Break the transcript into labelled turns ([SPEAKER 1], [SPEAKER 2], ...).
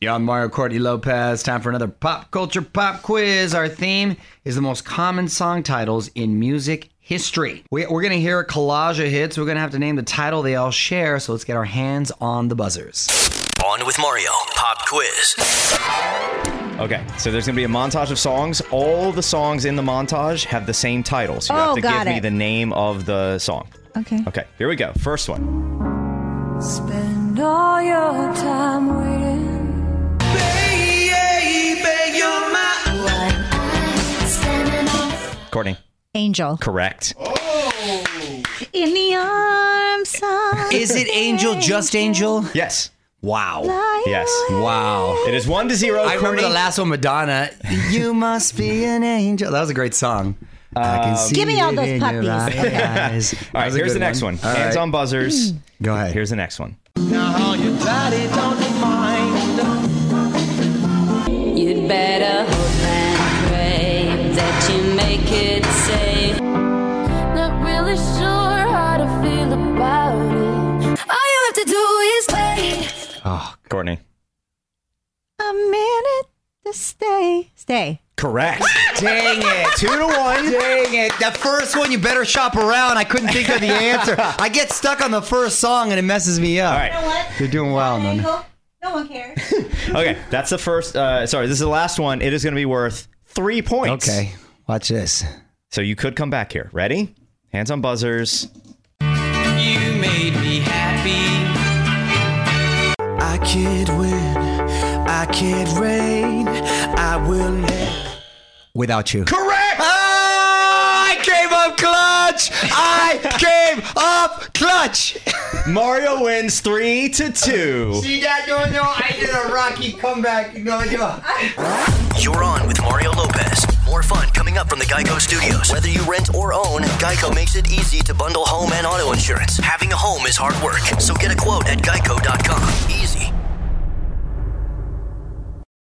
[SPEAKER 1] You're on Mario Courtney Lopez. Time for another pop culture pop quiz. Our theme is the most common song titles in music history. We, we're going to hear a collage of hits. We're going to have to name the title they all share. So let's get our hands on the buzzers.
[SPEAKER 2] On with Mario Pop Quiz.
[SPEAKER 3] Okay, so there's gonna be a montage of songs. All the songs in the montage have the same title, so you
[SPEAKER 4] Oh,
[SPEAKER 3] have to
[SPEAKER 4] got
[SPEAKER 3] give me
[SPEAKER 4] it.
[SPEAKER 3] the name of the song.
[SPEAKER 4] Okay.
[SPEAKER 3] Okay, here we go. First one.
[SPEAKER 5] Spend all your time waiting.
[SPEAKER 3] Courtney.
[SPEAKER 4] Angel.
[SPEAKER 3] Correct.
[SPEAKER 4] In the arms of
[SPEAKER 1] Is it Angel Just Angel?
[SPEAKER 3] Yes.
[SPEAKER 1] Wow.
[SPEAKER 4] my
[SPEAKER 3] Yes.
[SPEAKER 1] Wow.
[SPEAKER 3] It is one to zero.
[SPEAKER 1] I remember the
[SPEAKER 3] Courtney.
[SPEAKER 1] last one, Madonna. You must be an angel. That was a great song. I can see
[SPEAKER 4] Give me all
[SPEAKER 1] it
[SPEAKER 4] those
[SPEAKER 1] in your
[SPEAKER 4] puppies.
[SPEAKER 1] eyes.
[SPEAKER 3] All
[SPEAKER 1] That
[SPEAKER 3] right,
[SPEAKER 1] was a
[SPEAKER 3] here's
[SPEAKER 1] good
[SPEAKER 3] the next one.
[SPEAKER 1] All
[SPEAKER 3] Hands
[SPEAKER 1] right. Mm.
[SPEAKER 3] on buzzers.
[SPEAKER 1] Go ahead.
[SPEAKER 3] Here's the next one.
[SPEAKER 5] You'd better hope and pray that you make it safe. Not really sure how to feel about it. All you have to do is wait.
[SPEAKER 1] Oh,
[SPEAKER 3] Courtney.
[SPEAKER 4] A minute to stay. Stay.
[SPEAKER 3] Correct.
[SPEAKER 1] Dang it.
[SPEAKER 3] Two to one.
[SPEAKER 1] Dang it. The first one, you better shop around. I couldn't think of the answer. I get stuck on the first song and it messes me up.
[SPEAKER 3] All right.
[SPEAKER 1] You're doing well, man.
[SPEAKER 4] No one cares.
[SPEAKER 3] Okay, that's the first. Uh, sorry, this is the last one. It is going to be worth three points.
[SPEAKER 1] Okay. Watch this.
[SPEAKER 3] So you could come back here. Ready? Hands on buzzers.
[SPEAKER 6] I can't win, I can't reign, I will never.
[SPEAKER 1] Without you.
[SPEAKER 3] Correct.
[SPEAKER 1] I came up clutch. I came up clutch.
[SPEAKER 3] Mario wins three to two.
[SPEAKER 1] See that? No, no. I did a Rocky comeback. No, no.
[SPEAKER 2] You're on with Mario Lopez. More fun coming up from the Geico Studios. Whether you rent or own, Geico makes it easy to bundle home and auto insurance. Having a home is hard work, so get a quote at geico.com.